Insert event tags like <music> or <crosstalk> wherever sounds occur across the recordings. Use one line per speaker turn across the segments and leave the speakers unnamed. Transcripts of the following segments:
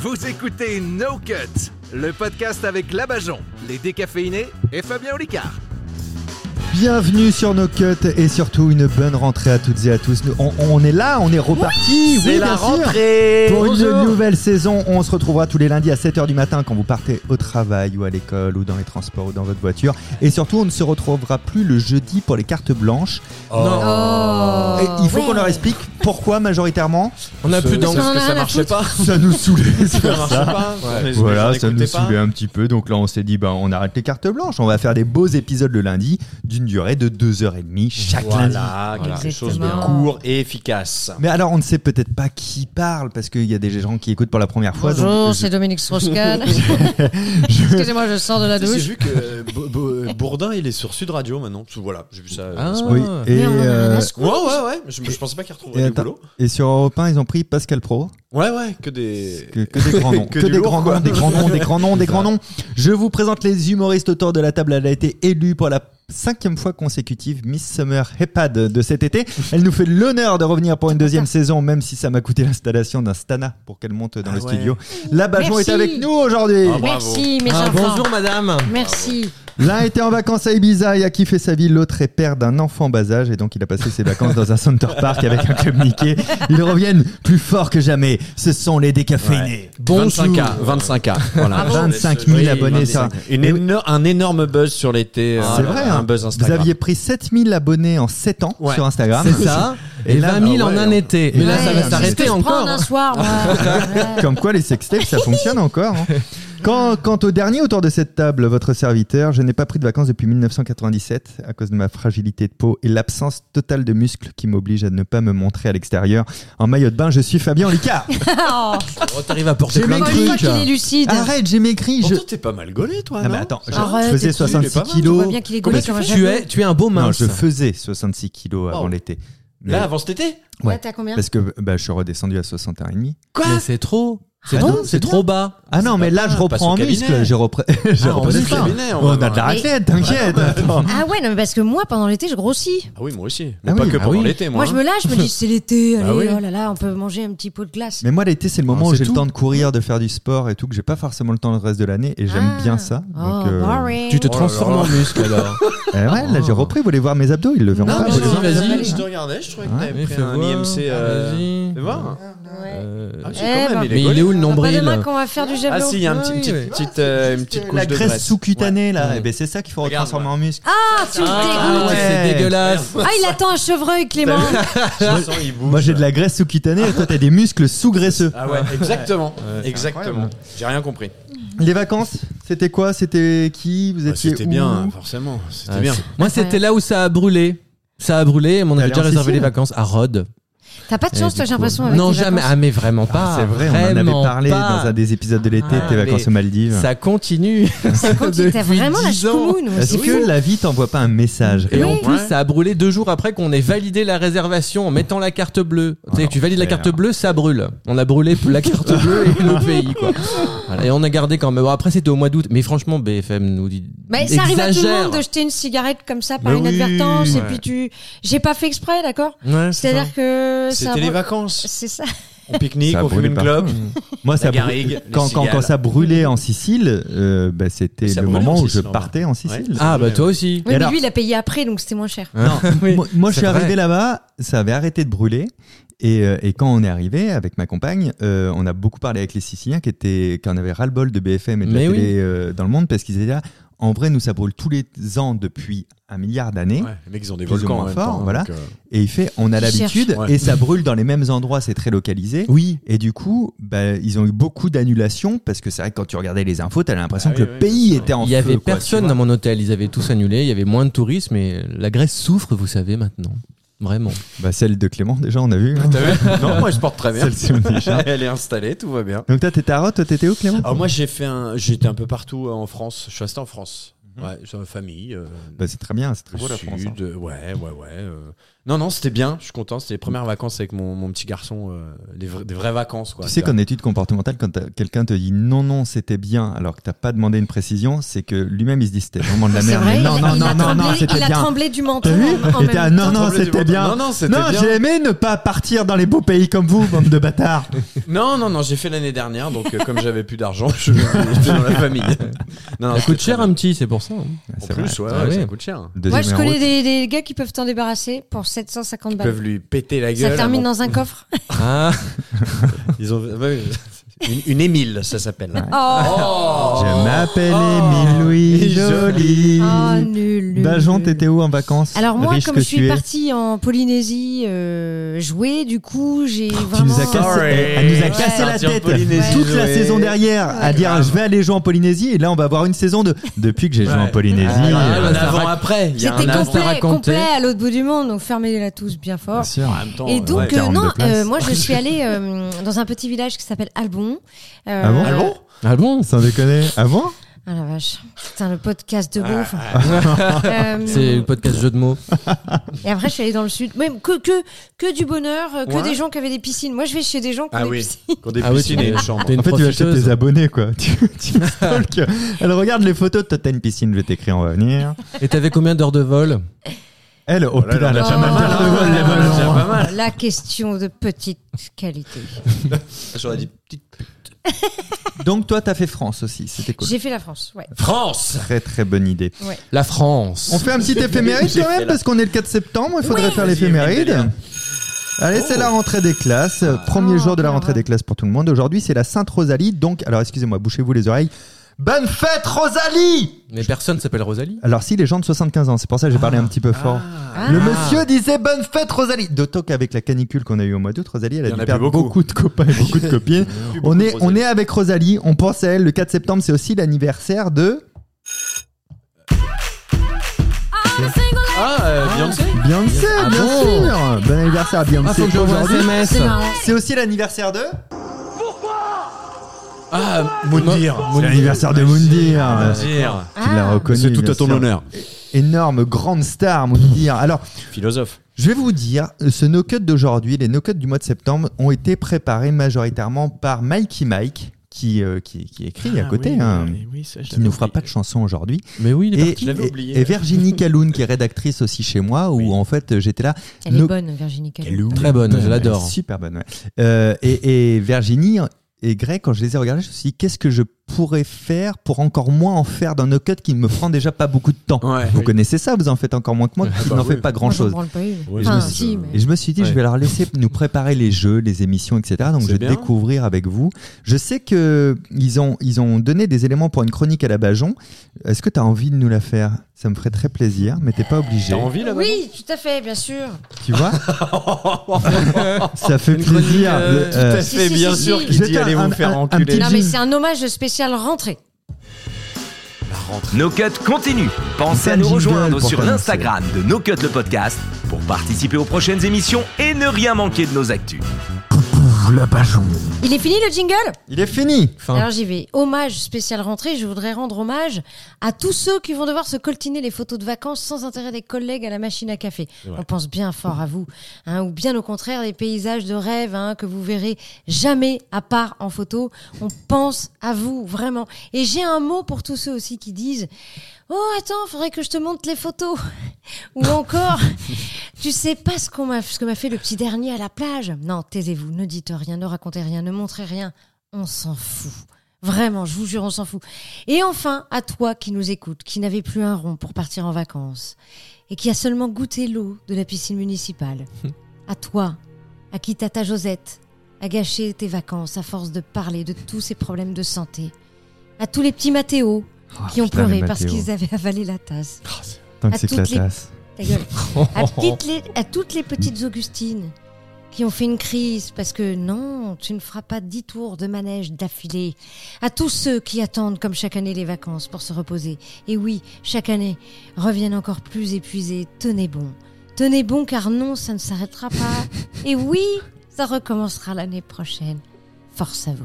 Vous écoutez No Cut, le podcast avec Labajon, les décaféinés et Fabien Olicard.
Bienvenue sur nos cuts et surtout une bonne rentrée à toutes et à tous. Nous- on, on est là, on est reparti.
C'est
oui,
la
bien sûr.
rentrée
Pour
Bonjour.
une nouvelle saison, on se retrouvera tous les lundis à 7h du matin quand vous partez au travail ou à l'école ou dans les transports ou dans votre voiture. Et surtout, on ne se retrouvera plus le jeudi pour les cartes blanches.
Oh.
Et il faut
Ouais.
qu'on leur explique pourquoi majoritairement
On a
Ce-
plus d'encre
parce
Non,
que
non,
ça
la
marchait pas.
ça nous saoulait.
ça marche pas.
Ouais.
Les-
Voilà,
les gens
ça nous
n'écoutaient pas.
saoulait un petit peu. Donc là, on s'est dit, ben, on arrête les cartes blanches. On va faire des beaux épisodes le lundi d'une durée de 2h30 chaque lundi.
Voilà, quelque
Voilà.
chose de
Exactement.
court et efficace.
Mais alors, on ne sait peut-être pas qui parle parce qu'il y a des gens qui écoutent pour la première fois. donc
Bonjour,
je- <laughs>
c'est Dominique Strauss-Kahn.
je-
Excusez-moi, je sors Ah, de la
Tu sais, J'ai
douche.
vu que euh, Bo- Bo- Bourdin, il est sur Sud Radio maintenant. Tout- Voilà, j'ai vu ça. euh,
Ah.
ce matin.
Oui, et,
Mais on en a
euh,
rien à secouer.
Ouais, ouais, ouais. Je, je pensais pas qu'il
et
retrouverait du
attends.
boulot.
et sur Europe 1, ils ont pris Pascal Pro.
Ouais, ouais, que des.
Que, que des grands noms.
Que
que
du
des
lourd,
grands
quoi.
noms, des grands noms, des
<laughs>
grands noms, des grands noms. Je vous présente les humoristes autour de la table. Elle a été élue pour la cinquième fois consécutive Miss Summer HEPAD de cet été. Elle nous fait l'honneur de revenir pour une deuxième saison, même si ça m'a coûté l'installation d'un Stana pour qu'elle monte dans
Ah
le
ouais.
studio. La Bajon est
Merci.
avec nous aujourd'hui.
Ah, bravo.
Merci, mes
Ah,
enfants.
bonjour madame.
Merci.
L'un était en vacances à Ibiza et a kiffé sa vie, l'autre est père d'un enfant bas âge et donc il a passé ses vacances dans un Center Park avec un club niqué. Ils reviennent plus forts que jamais, ce sont les décaféinés.
Bonjour.
25K, 25K.
Ah
Voilà.
25 000
Oui,
abonnés, ça.
25K. Une éno- un énorme buzz sur l'été.
C'est
euh,
vrai,
Un
hein.
buzz
Vous
Instagram.
aviez pris 7000 abonnés en 7 ans
Ouais.
sur Instagram.
C'est ça.
Et
<laughs> Et,
là,
20 000
ah ouais,
en un
on-
été. Mais là,
Ouais,
ça
mais
va
c'est
Je peux
s'arrêter
se
encore. hein.
prendre un soir, moi.
<laughs> <laughs>
Ouais.
Comme quoi les sextapes, ça fonctionne encore. hein. Quand- quant au dernier autour de cette table, votre serviteur, je n'ai pas pris de vacances depuis 1997 à cause de ma fragilité de peau et l'absence totale de muscles qui m'oblige à ne pas me montrer à l'extérieur. En maillot de bain, je suis Fabien Licard.
Oh,
Oh, T'arrives à porter
J'ai
plein de
même
une fois
trucs.
qu'il est lucide.
Arrête, j'ai maigri. Je...
Pourtant, t'es pas mal gaulé, toi.
Ah,
non
mais attends, je
Arrête,
faisais
t'es cool,
il est pas
66
mal.
Tu vois
kilos.
bien qu'il est
Comment
gaulé
tu,
comme un
tu es, tu es un beau
Non,
mince.
je faisais 66 kilos avant
Oh.
l'été. Mais-
Là, avant cet été
ouais.
Là, t'as combien
parce que bah, je suis redescendu à 61,5.
Mais c'est trop. C'est
Ah
trop,
non,
c'est
c'est
trop bas.
Ah non, mais là, je
mal, passe
reprends
au
en
cabinet.
muscle. J'ai repris. <laughs> j'ai
Ah, on
repris
va
du
au
pain.
cabinet, on
On,
va
a
voir.
de la
Mais-
raclette, t'inquiète. attends.
Ah ouais, non, mais parce que moi, pendant l'été, je grossis.
Ah oui, moi aussi. Mais
Ah
pas
oui,
que
ah
pendant
oui.
l'été, moi. hein.
Moi, je me lâche, je me dis, c'est l'été,
Bah
allez,
oui.
oh là là, on peut manger un petit pot de glace.
Mais moi, l'été, c'est le moment
Ah,
où
c'est
j'ai le
tout.
temps de courir, de faire du sport et tout, que j'ai pas forcément le temps le reste de l'année et j'aime
Ah.
bien ça.
Oh,
Donc, euh,
boring.
Tu te
Oh là
transformes
là.
en muscle alors.
eh ouais, là, j'ai repris. Vous voulez voir mes abdos Ils le verront
Non,
pas.
mais
vous les
non,
verrez.
vas-y,
vas-y.
Je te regardais, je trouvais que
Ouais.
t'avais pris
fais
un
voir.
IMC. euh,
Vas-y.
Fais voir.
Ouais.
Euh,
Ah, si,
Eh
quand
ben.
même, il
Mais
est
il est
gaulé.
où le
On va pas demain
nombril
qu'on va faire du javelot.
Ah si, il y a un petit,
Oui,
petite,
oui.
petite, euh, une petite couche
La
de
graisse, sous-cutanée, là,
Ouais.
eh ben, c'est ça qu'il faut
Regarde,
retransformer en muscle.
Ah, tu me
Ah
dégoûtes.
ouais,
Ouais.
c'est dégueulasse.
Ah, il attend un chevreuil, Clément.
Moi, j'ai de la graisse sous-cutanée et toi, t'as des muscles sous-graisseux.
Ah ouais, exactement,
c'est
exactement.
incroyable.
J'ai rien compris.
Les vacances, c'était quoi C'était qui Vous étiez
Bah, C'était
où
bien, forcément. C'était
Ah,
bien.
c'est- Moi, c'était là où ça a brûlé. Ça a brûlé, mais on avait
allé
déjà
en
réservé les
Sicile
vacances à Rhodes.
T'as pas de chance,
Et
toi,
du
j'ai
coup-
l'impression. avec
Non,
tes
jamais.
<laughs>
vacances.
Ah, mais vraiment pas.
Ah, c'est vrai, on en avait
Vraiment
parlé
pas.
dans un des épisodes de l'été,
Ah,
tes vacances
mais
aux Maldives.
Ça continue. <laughs> Ça
Continue, T'as vraiment la choumoune. ouais,
Est-ce
c'est fou.
que la vie t'envoie pas un message
Et en
Oui.
plus,
Ouais.
ça a brûlé deux jours après qu'on ait validé la réservation en mettant la carte bleue. Tu sais,
Alors,
tu valides la carte
merde.
bleue, ça brûle. On a brûlé la carte bleue et le pays, quoi. Voilà, et on a gardé quand même. Bon, après, c'était au mois d'août. Mais franchement, BFM nous dit.
Mais Bah, ça arrive à tout le
exagère.
monde de jeter une cigarette comme ça par
Mais Bah oui,
inadvertance et
ouais.
puis tu. J'ai pas fait exprès, d'accord
Ouais, c'est
C'est-à-dire que. ça
C'était les
br-
vacances.
C'est ça.
On pique-nique,
Ça
on fume
brûlait
une
pas.
clope.
Moi, ça brû-
garrigue, les
quand, quand, quand
cigales.
ça brûlait en Sicile, euh, bah, c'était
Ça
le
brûlait
moment
en
où je
Sicile, en vrai.
partais en Sicile.
Ouais.
ça. Ah, bah
<laughs>
toi aussi.
Oui, mais
alors Ah,
lui, il a payé après, donc c'était moins cher.
Non,
Moi, moi, je
c'est
suis arrivé
vrai.
là-bas, ça avait arrêté de brûler. Et, euh, et quand on est arrivé avec ma compagne, euh, on a beaucoup parlé avec les Siciliens qui étaient, qui en avaient ras-le-bol de BFM et de la
Mais oui.
télé euh, dans le monde parce qu'ils étaient là. En vrai, nous, ça brûle tous les ans depuis un milliard d'années.
Ouais, les mecs, ils ont des
Plus ou
volcans
moins
en même
fort,
temps.
voilà.
donc, euh,
Et il fait, on a
Ils
l'habitude
cherchent.
et ça brûle dans les mêmes endroits, c'est très localisé.
Oui.
Et du coup, bah, ils ont eu beaucoup d'annulations parce que c'est vrai que quand tu regardais les infos, t'as l'impression
Ah
que
oui,
le
oui,
pays
bien sûr.
était en
Il y
feu,
avait
quoi,
personne
tu vois.
dans mon hôtel. Ils avaient tous annulé. Il y avait moins de touristes, mais la Grèce souffre, vous savez, maintenant. Vraiment.
Bah, celle de Clément, déjà, on a vu. hein.
T'as vu Non, moi, je porte très bien.
Celle sur le t-shirt.
Elle est installée, tout va bien.
Donc, toi, t'étais à Roth, toi, t'étais où, Clément
Alors Ah, moi, j'ai fait un, j'étais un peu partout euh, en France. Je suis resté en France. Ouais, sur ma famille. euh,
Bah, C'est très bien, c'est très
le
beau la France. hein.
sud, euh, ouais, ouais, ouais. euh. Non, non, c'était bien. Je suis content. C'était les premières vacances avec mon, mon petit garçon. euh, des, vra- des vraies vacances, quoi.
Tu sais qu'en études comportementales, quand t'as- quelqu'un te dit non, non, c'était bien, alors que t'as pas demandé une précision, c'est que lui-même il se dit c'était vraiment de la
C'est
merde.
vrai,
mais non,
il,
non,
il a
non, non,
tremblé,
non, c'était
il a
bien.
tremblé du menton.
T'as vu
en- en
Il était,
même
ah, Non,
temps.
non, c'était bien.
Non, non, c'était
Non,
bien.
j'ai aimé ne pas partir dans les beaux pays comme vous, bande de bâtards.
Non, non, non, j'ai fait l'année dernière, donc euh, comme j'avais plus d'argent, <laughs> je j'étais dans la famille. Non, non,
Ça coûte
c'était
cher
très
un petit, c'est pour ça. hein.
bien. En
C'est
plus, ouais,
Ah
ouais,
oui.
ça coûte cher.
vrai.
Moi, je
Deuxième
connais
route.
des, des gars qui peuvent t'en débarrasser pour 750
Ils
balles.
peuvent lui péter la gueule.
Ça termine
avant-
dans
<laughs>
un coffre. Oh.
Ah,
Ils ont... ouais, une, une Émile, ça s'appelle.
Ah
Oh,
Oh
Je m'appelle
Oh.
Émile Louis
Et
Joly.
oh nul. nul,
Bajon,
nul.
t'étais où en vacances
Alors moi,
Riche
comme
que
je suis
tu es.
partie en Polynésie euh, jouer, du coup, j'ai
Tu
vraiment...
nous as cassé,
Sorry.
elle nous a
Ouais.
cassé la
Partir en
tête
Polynésie,
toute la
jouer.
saison derrière à dire je vais aller jouer en Polynésie et là on va avoir une saison de depuis que j'ai joué en Polynésie.
Ah,
euh,
ouais, ouais,
un
ça rac-
avant-après. il y a
un
C'était
instant
complet,
raconté.
complet à l'autre bout du monde, donc fermez-la tous bien
Bien
fort.
sûr.
En même temps,
Et
ouais.
donc,
Bah, ouais.
euh, non,
42 places. <laughs>
euh, moi je suis allée euh, dans un petit village qui s'appelle Albon. Euh,
Ah bon
Ah bon
ah bon
Sans déconner. Avant
Ah la vache, putain, le podcast
Ah,
de beauf. <laughs> Euh,
C'est le podcast jeu de mots.
et après, je suis allée dans le sud. Même que, que, que du bonheur, euh, que
Ouais.
des gens qui avaient des piscines. Moi, je vais chez des gens qui ont
Ah
des
oui,
piscines.
quand des
Ah oui,
piscines
tu-
et une chambre.
t'es une
En fait, tu achètes
profiteuse.
tes abonnés, quoi. Tu, tu stalks. Elle regarde les photos. Toi, t'as une piscine, je vais t'écrire, on va venir.
Et t'avais combien d'heures de vol
Elle, oh
là
putain,
là,
elle a
oh
pas mal
là
d'heures de vol, les
là là.
ballons.
déjà pas mal.
La question de petite qualité.
J'aurais dit petite
Donc, toi, t'as fait France aussi. C'était cool.
J'ai fait la France, ouais.
France
Très, très bonne idée.
La France.
On fait un petit éphéméride
J'ai
quand
fait
même,
là.
parce qu'on est le 4 septembre, il faudrait
Oui.
faire
Vas-y,
l'éphéméride.
Emmanuel.
Allez, c'est la rentrée des classes. Premier
Ah,
jour de la rentrée
ouais.
des classes pour tout le monde. Aujourd'hui, c'est la Sainte Rosalie. Donc, alors excusez-moi, bouchez-vous les oreilles. Bonne fête, Rosalie
Mais personne s'appelle Rosalie.
Alors, si les gens de 75 ans, c'est pour ça que j'ai parlé un petit peu fort.
Ah.
Le monsieur disait bonne fête, Rosalie D'autant qu'avec la canicule qu'on a eue au mois d'août, Rosalie, elle
Il y
a
en
dû
a
perdre
plus
beaucoup.
beaucoup.
de copains et beaucoup de copines. on, est, on est avec Rosalie, on pense à elle. Le 4 septembre, c'est aussi l'anniversaire de
Ah, euh, Beyoncé
Beyoncé,
Ah
bien
bon
sûr Bon anniversaire à
Ah,
Beyoncé
faut que j'envoie un
aujourd'hui.
SMS.
C'est marrant.
C'est aussi l'anniversaire de
Ah,
C'est l'anniversaire de Moundir.
Dire.
Tu l'as
Ah.
reconnu.
C'est tout
bien
à ton
sûr.
honneur.
Énorme, grande star, Moundir. Alors,
Philosophe.
je vais vous dire, ce no-cut d'aujourd'hui, les no-cuts du mois de septembre, ont été préparés majoritairement par Mikey Mike, qui, euh, qui, qui écrit à
Ah
côté, hein, qui nous fera pas de chanson aujourd'hui.
Mais oui, il est
Et,
parti.
Je l'avais
et-
oublié.
et Virginie Caloun, qui est rédactrice aussi chez moi, où
Oui.
en fait j'étais là.
Elle est
No-
bonne, Virginie Calou.
Très bonne, je
Elle est
l'adore.
Super bonne, ouais. Euh, et, et Virginie et Greg, quand je les ai regardés, je me suis dit, qu'est-ce que je pourrais faire pour encore moins en faire d'un no-cut qui me prend déjà pas beaucoup de temps
Ouais.
Vous connaissez ça, vous en faites encore moins que moi, qui
bah
n'en
oui.
fait pas
Moi, j'en
grand-chose.
branle pas une.
Ouais,
Enfin,
je me-
si, mais-
Et je me suis dit, je
Ah, Ouais.
vais leur laisser nous préparer les jeux, les émissions, etc. Donc je
C'est
vais
bien.
découvrir avec vous. Je sais que ils ont, ils ont donné des éléments pour une chronique à la Bajon. Est-ce que tu as envie de nous la faire Ça me ferait très plaisir, mais t'es pas obligé.
T'as envie là
Oui, tout à fait, bien sûr.
Tu
<laughs>
vois <laughs> Ça fait
Une chronique,
plaisir.
euh,
Le-
tout
euh,
Tout à
Si,
fait,
si,
bien
si,
sûr
si.
qu'il
Je
dit
vais
allez
faire
vous
un-
faire
un- un
enculer.
petit-
Non,
Jim.
mais c'est un hommage spécial rentrée.
No Cut continue. Pensez
Plein
à nous
de jingles
rejoindre
pour
sur
commencer.
l'Instagram de No Cut le podcast pour participer aux prochaines émissions et ne rien manquer de nos actus.
Il est fini le jingle
Il est fini.
Enfin,
Alors j'y vais. Hommage spécial rentrée. Je voudrais rendre hommage à tous ceux qui vont devoir se coltiner les photos de vacances sans intérêt des collègues à la machine à café. On pense bien fort à vous, hein, ou bien au contraire des paysages de rêve hein, que vous verrez jamais à part en photo. On pense à vous vraiment. Et j'ai un mot pour tous ceux aussi qui disent Oh attends, faudrait que je te montre les photos. <laughs> Ou encore, tu sais pas ce qu'on m'a ce que m'a fait le petit dernier à la plage. Non, taisez-vous, ne dites rien, ne racontez rien, ne montrez rien. On s'en fout. Vraiment, je vous jure, on s'en fout. Et enfin, à toi qui nous écoutes, qui n'avait plus un rond pour partir en vacances et qui a seulement goûté l'eau de la
<laughs>
piscine municipale. à toi, à qui tata Josette a gâché tes vacances à force de parler de tous ses problèmes de santé. À tous les petits Mathéo qui
Ah, putain,
ont
les
pleuré parce
Mathéo.
qu'ils avaient avalé la tasse.
Tant que
à
c'est que la
toutes les-
tasse.
Ta gueule.
<laughs>
à, petites les- à toutes les petites Augustines qui ont fait une crise parce que non, tu ne feras pas dix tours de manège d'affilée. À tous ceux qui attendent comme chaque année les vacances pour se reposer. Et oui, chaque année, reviennent encore plus épuisés. Tenez bon. Tenez bon car non, ça ne s'arrêtera pas.
<laughs>
Et oui, ça recommencera l'année prochaine. Force à vous.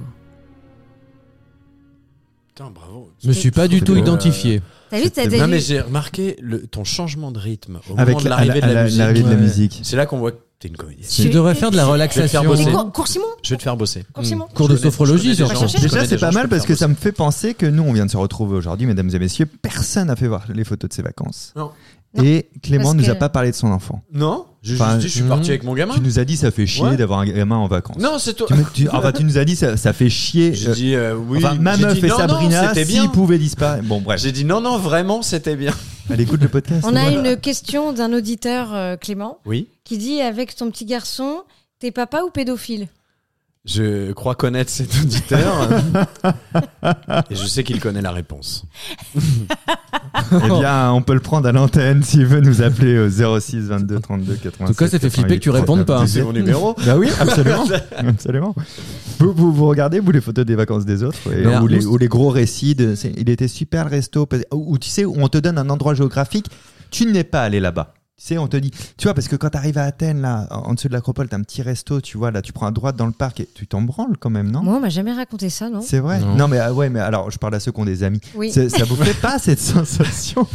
Putain, bravo.
Je me suis pas du
C'est
euh,
tout
le-
identifié.
T'as vu, t'as
C'était-
t'as
Non,
vu
mais j'ai remarqué le, ton changement de rythme au
Avec
moment de
la- à la-
l'arrivée de
à la-
la musique.
l'arrivée de la
Ouais.
musique.
C'est là qu'on voit que t'es une comédienne.
Je devrais faire de la relaxation.
bosser.
Mais
Hmm.
cours, cours Simon
Je vais te faire bosser.
Cours Simon
Cours de
Je connais-
sophrologie,
je connais des
genre.
gens- je connais
Déjà,
des
c'est
gens,
pas
je
mal
peux te
parce
faire
que
bosser.
ça me fait penser que nous, on vient de se retrouver aujourd'hui, mesdames et messieurs. Personne n'a fait voir les photos de ses vacances.
Non.
Non.
Et Clément
Parce
nous a
que-
pas parlé de son enfant.
Non, j'ai
Enfin,
juste dit, je suis parti
hmm.
avec mon gamin.
Tu nous as dit, ça fait chier
Ouais.
d'avoir un gamin en vacances.
Non, c'est toi.
Tu, me- tu- ah bah, tu nous as dit, ça, ça fait chier.
J'ai
euh,
dit euh, oui.
enfin, ma
J'ai
meuf
dit,
et
non, non,
Sabrina,
c'était
s'ils
bien.
pouvaient disparaître. Bon, bref,
J'ai dit non, non, vraiment, c'était bien.
elle écoute le podcast.
On a une question d'un auditeur, euh, Clément,
Oui.
qui dit avec ton petit garçon, t'es papa ou pédophile
Je crois connaître cet
<laughs>
auditeur. et je sais qu'il connaît la réponse.
Eh bien, on peut le prendre à l'antenne s'il veut nous appeler euh, au 06 22 32 87.
En tout cas, ça fait flipper que tu
88,
répondes pas. hein.
39.
C'est mon numéro.
Bah oui, absolument. <laughs> absolument. Vous, vous, vous regardez, vous, les photos des vacances des autres, et-
Mais alors,
ou, les,
nous-
ou les gros récits. De, c'est- il était super le resto. parce- Ou ou tu sais, où on te donne un endroit géographique, tu n'es pas allé là-bas. Tu sais, on te dit, tu vois, parce que quand tu arrives à Athènes, là, en en dessous de l'acropole, t'as un petit resto, tu vois, là, tu prends à droite dans le parc et tu t'en branles quand même, non
Moi, on m'a jamais raconté ça, non
C'est vrai. Non,
Non.
mais ah ouais, mais alors, je parle à ceux qui ont des amis.
Oui.
C'est- Ça vous fait pas cette <laughs> sensation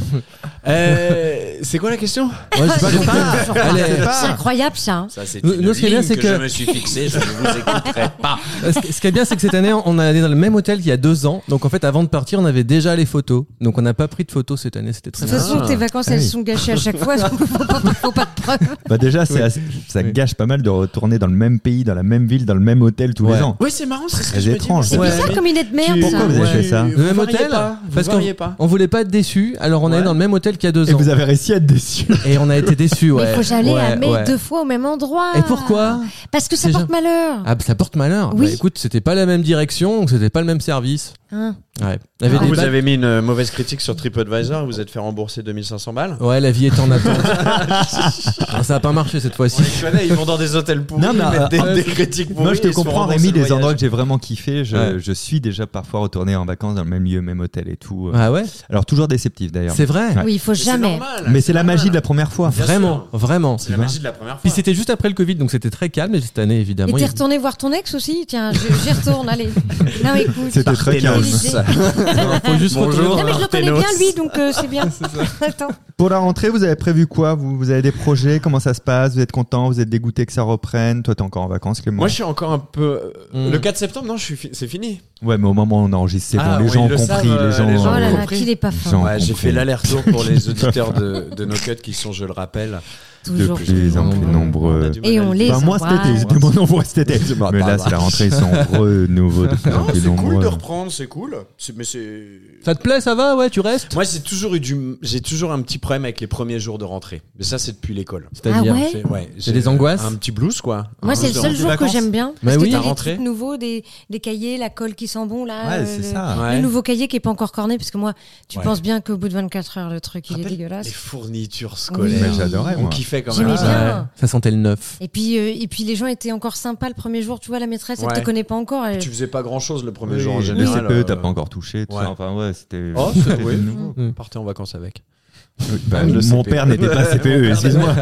Euh, c'est quoi la question
Ouais,
Ah,
je sais pas,
Je sais
j'ai-
pas.
Allez,
Je sais
C'est
pas.
incroyable ça. hein.
Ça, c'est
Nous- nous, ce qui est bien, c'est que-
suis fixé. Je ne vous écouterai pas.
Euh, Ce ce qui est bien, c'est que cette année, on est allé dans le même hôtel qu'il y a deux ans. Donc, en fait, avant de partir, on avait déjà les photos. Donc, on n'a pas pris de photos cette année. C'était
De
très
toute
bien.
façon, tes vacances,
Ah
elles
oui.
sont gâchées à chaque fois, donc faut pas, faut pas de preuves.
Bah déjà, c'est
Oui.
assez- ça
Oui.
gâche pas mal de retourner dans le même pays, dans la même ville, dans le même hôtel tous
Ouais.
les ans.
Oui, c'est marrant. C'est ce que
Très
je me dis.
étrange.
C'est
Ouais.
bizarre comme idée de merde
Pourquoi
ça.
vous avez
hein.
fait ça
Le même hôtel
Parce
Parce qu'on
qu'on pas.
on voulait pas être déçus. Alors, on est
Ouais.
allé dans le même hôtel qu'il y a deux
Et
ans.
vous avez réussi à être déçu.
Et on a
<laughs>
été déçus,
Mais
ouais.
faut jamais
Ouais,
aller
ouais.
deux fois au même endroit.
Et pourquoi
Parce que ça
C'est
porte
gen-
malheur.
Ah, ça porte malheur.
Oui.
Bah, écoute, c'était pas la même direction, donc c'était pas le même service.
Hein.
Ouais. Il y avait
Ah,
des
vous
bacs-
avez mis une euh, mauvaise critique sur TripAdvisor, vous êtes fait rembourser 2500 balles.
Ouais, la vie est
<laughs>
en attente. Non, ça a pas marché cette fois-ci.
connaît, ils vont dans des hôtels pourris,
Non, mais,
ils mettent
euh,
critiques
Moi, je te
et ils se font
comprends,
rembourser
Rémi,
le
les endroits
voyage.
que j'ai vraiment kiffé, je,
Ouais.
je suis déjà parfois retourné en vacances dans le même lieu, même hôtel et tout.
Ah ouais
Alors, toujours déceptif d'ailleurs.
C'est vrai
Ouais.
Oui, il faut
Mais
jamais.
normal,
Mais c'est la
normal.
magie de la première fois.
Bien
Vraiment,
sûr.
vraiment.
C'est la magie de la première
Puis
fois.
c'était juste après le Covid, donc c'était très calme. Et cette année,
Et
évidemment,
t'es
il-
retourné voir ton ex aussi Tiens, je- j'y retourne, allez. Non, mais écoute.
C'était très calme.
Élysée.
faut juste retourner
Non, mais je le connais
Ténos.
bien, lui, donc euh, c'est bien. Attends.
Pour la rentrée, vous avez prévu quoi vous, vous avez des projets Comment ça se passe Vous êtes content Vous êtes dégoûté que ça reprenne Toi, t'es encore en vacances, Clément
Moi, je suis encore un peu. euh,
Mm.
Hmm.
Le 4 septembre, non, je suis fi- c'est fini.
Ouais, mais au moment où on enregistre, c'est
Ah,
bon. Les
oui,
gens ont
ils le
compris.
savent,
les
euh,
gens
les
ont
Oh
gens
là là,
compris.
qu'il est pas
J'ai
fin.
en-
Ouais, j'ai
compris.
fait l'aller-retour
<laughs>
pour les auditeurs de, de No Cut qui sont, je le rappelle,
de
Toujours.
plus en plus
nombreux.
on a
nombreux.
du mal
Et
à
on
le
les
Bah, moi, cet été,
embrasse.
ils étaient moins nombreux cet été.
Bah,
Mais
bah,
là,
bah.
c'est la rentrée, ils sont renouveau de plus en
Non,
plus
c'est cool de
nombreux.
reprendre, c'est cool. C'est- Mais c'est.
Ça te plaît, ça va Ouais, tu restes
Moi, j'ai toujours eu du, j'ai toujours un petit problème avec les premiers jours de rentrée. Mais ça, c'est depuis l'école.
C'est-à-dire.
Ah ouais
J'ai- Ouais, j'ai
des angoisses
Un petit blues, quoi.
Moi,
Un
c'est le
blues de
seul
rentrée.
jour que
vacances.
j'aime bien.
Bah
Parce que
oui.
t'as
La
des
rentrée.
trucs nouveaux, des, des cahiers, la colle qui sent bon, là.
Ouais,
euh,
c'est
le-
ça.
Le
Ouais.
nouveau cahier qui est pas encore corné, parce que moi, tu
Ouais.
penses bien qu'au bout de 24 heures, le truc, il est
Rappelle Les
dégueulasse.
fournitures
Mais
scolaires.
j'adorais,
On
moi.
kiffait quand
J'aimais
même.
bien.
Ouais, Ça sentait le neuf.
Et puis, euh, et puis, les gens étaient encore sympas le premier jour. Tu vois, la maîtresse, elle
Ouais.
te connaît pas encore. elle-
Tu faisais pas grand chose le premier
Oui,
jour en
le
général.
CPE,
euh,
t'as pas encore touché. tout
ouais.
ça. Enfin, ouais, c'était.
Oh, c'est-
c'était
oui.
nouveau.
On partait en vacances avec.
Bah,
Le
mon
CPE.
père n'était pas CPE, excuse-moi.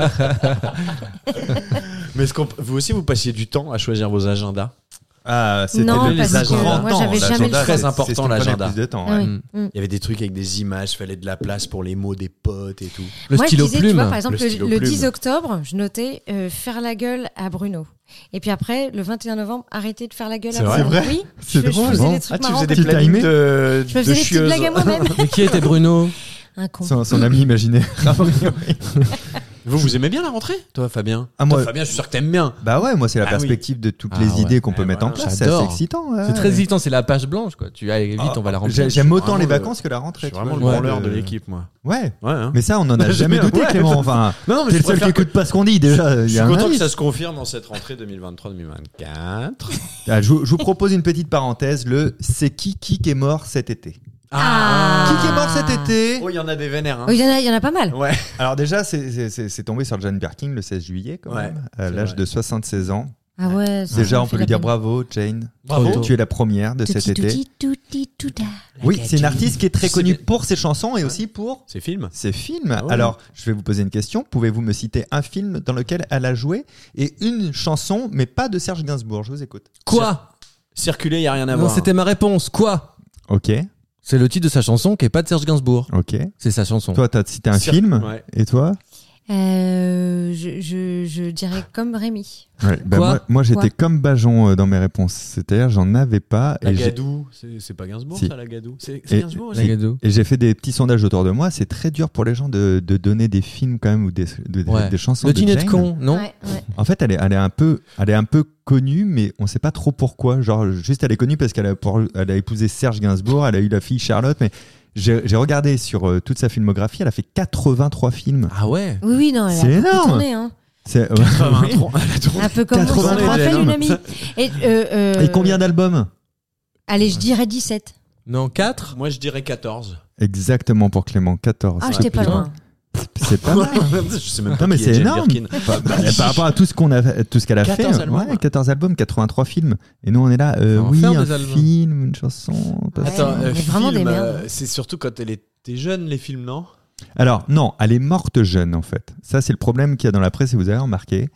Mais est-ce qu'on- vous aussi, vous passiez du temps à choisir vos agendas
Ah, c'était
Non,
le
parce que
grand
moi,
temps, l'agenda, c'est-
j'avais jamais le
choix.
c'est ce qui
Très important,
prenait
l'agenda.
plus de temps,
Ah
ouais.
oui.
Mm.
Mm.
Il y avait des trucs avec des images, fallait de la place pour les mots des potes et tout.
Le
Moi, je
stylo
disais,
plume.
tu vois, par exemple,
Le
le,
stylo
le
plume.
10 octobre, je notais euh, faire la gueule à Bruno. Et puis après, le 21 novembre, arrêter de faire la gueule à
C'est vrai
Bruno. Oui,
C'est
je, je
drôle.
faisais
Bon.
des trucs marrants.
des- Tu timais
de,
Je me faisais des petites blagues à moi-même.
Mais qui était Bruno
Un con.
Son, son ami imaginaire.
Vous, vous aimez bien la rentrée, toi, Fabien
Ah, moi-
Toi, Fabien, je suis sûr que t'aimes bien.
bah ouais, moi c'est la
Ah oui.
perspective de toutes
Ah
les
ouais.
idées qu'on peut
Ouais,
mettre en
voilà.
place. C'est
J'adore.
assez excitant. ouais.
C'est très excitant, c'est la page blanche, quoi. Tu allez vite,
Ah,
on va la
J'ai-
remplir.
J'aime autant
vraiment
les
le-
vacances que la rentrée.
Je suis
tu
vraiment le
vois.
branleur
Ouais,
de
euh,
l'équipe, moi.
Ouais.
Ouais, hein.
Mais ça, on en a
J'ai
jamais
bien-
douté,
ouais.
Clément. Enfin,
Non, mais
t'es le
je
seul
préfère
qui
que-
écoute pas ce qu'on dit déjà. Il
Je
y
suis
a un
content que
indice.
ça se confirme dans cette rentrée 2023-2024.
Ah, je, vous- je vous propose une petite parenthèse. Le c'est qui qui qui est mort cet été
Ah.
Qui qui est mort cet été
<laughs> Oh, il y en a des vénères. Hein.
Oh, Il y, en a- il y en a pas mal.
Ouais.
Alors déjà, c'est- c'est c'est- c'est tombé sur Jane Birkin le 16 juillet, quand
Ouais,
même, à
c'est
l'âge
vrai.
de 76 ans.
Ah ouais. ça, ça
Déjà, on
fait
peut
la
lui dire
peine.
bravo, Jane.
Bravo.
Tu es la première de cet
Touti,
été.
touti, touti, touta.
Oui, c'est une artiste qui est très
C'est
connue
bien.
pour ses chansons et aussi pour
Ces films
ses films.
Ah ouais.
Alors, je vais vous poser une question. Pouvez-vous me citer un film dans lequel elle a joué et une chanson, mais pas de Serge Gainsbourg Je vous écoute.
Quoi
Circuler, il n'y a rien à
Non,
voir.
c'était ma réponse. Quoi
Ok.
C'est le titre de sa chanson qui est pas de Serge Gainsbourg.
Ok.
C'est sa chanson.
Toi, t'as cité un
Cir-
film.
ouais.
Et toi
Euh, je, je, je dirais
Ah.
comme Rémi.
Ouais, bah,
Quoi
Moi, moi, j'étais
Quoi
comme Bajon euh, dans mes réponses. C'est-à-dire, j'en avais pas.
La
et j'ai-
Gadou, c'est c'est pas Gainsbourg
Si.
ça, la Gadou C'est
Et-
c'est Gainsbourg aussi
Lagado.
Et j'ai fait des petits sondages autour de moi. C'est très dur pour les gens de, de donner des films quand même ou des, de- de-
Ouais.
des chansons.
Le
de
dîner de
Jane.
con, non
Ouais, ouais.
En fait, elle est, elle est un peu, elle est un peu connue, mais on sait pas trop pourquoi. Genre, juste elle est connue parce qu'elle a, pour- elle a épousé Serge Gainsbourg, elle a eu la fille Charlotte. Mais j'ai j'ai regardé sur euh, toute sa filmographie, elle a fait 83 films.
Ah ouais
Oui, oui, non, elle a
C'est
beaucoup
énorme.
tourné, hein.
C'est- euh, <laughs>
Un peu comme moi, ça
80,
me rappelle
Hélène.
une amie. Et, euh, euh,
Et combien d'albums
Allez, je dirais 17.
Non, 4
Moi je dirais 14.
Exactement pour Clément, 14.
Ah, j'étais pas
Putain,
loin.
C'est pas mal.
<laughs> je sais même pas.
Non, mais
qui est
c'est
Jane
énorme.
Birkin.
Enfin, bah, par rapport à tout ce qu'on a, tout ce qu'elle a
14
fait,
albums.
ouais, 14 albums, 83 films. Et nous, on est là, euh,
Faut en
oui,
faire
un
des albums.
film, une chanson. pas
Ouais.
Attends,
ça.
euh,
mais vraiment des
film,
merdes.
euh, c'est surtout quand elle était jeune les films, non
Alors non, elle est morte jeune en fait. Ça, c'est le problème qu'il y a dans la presse. Et vous avez remarqué,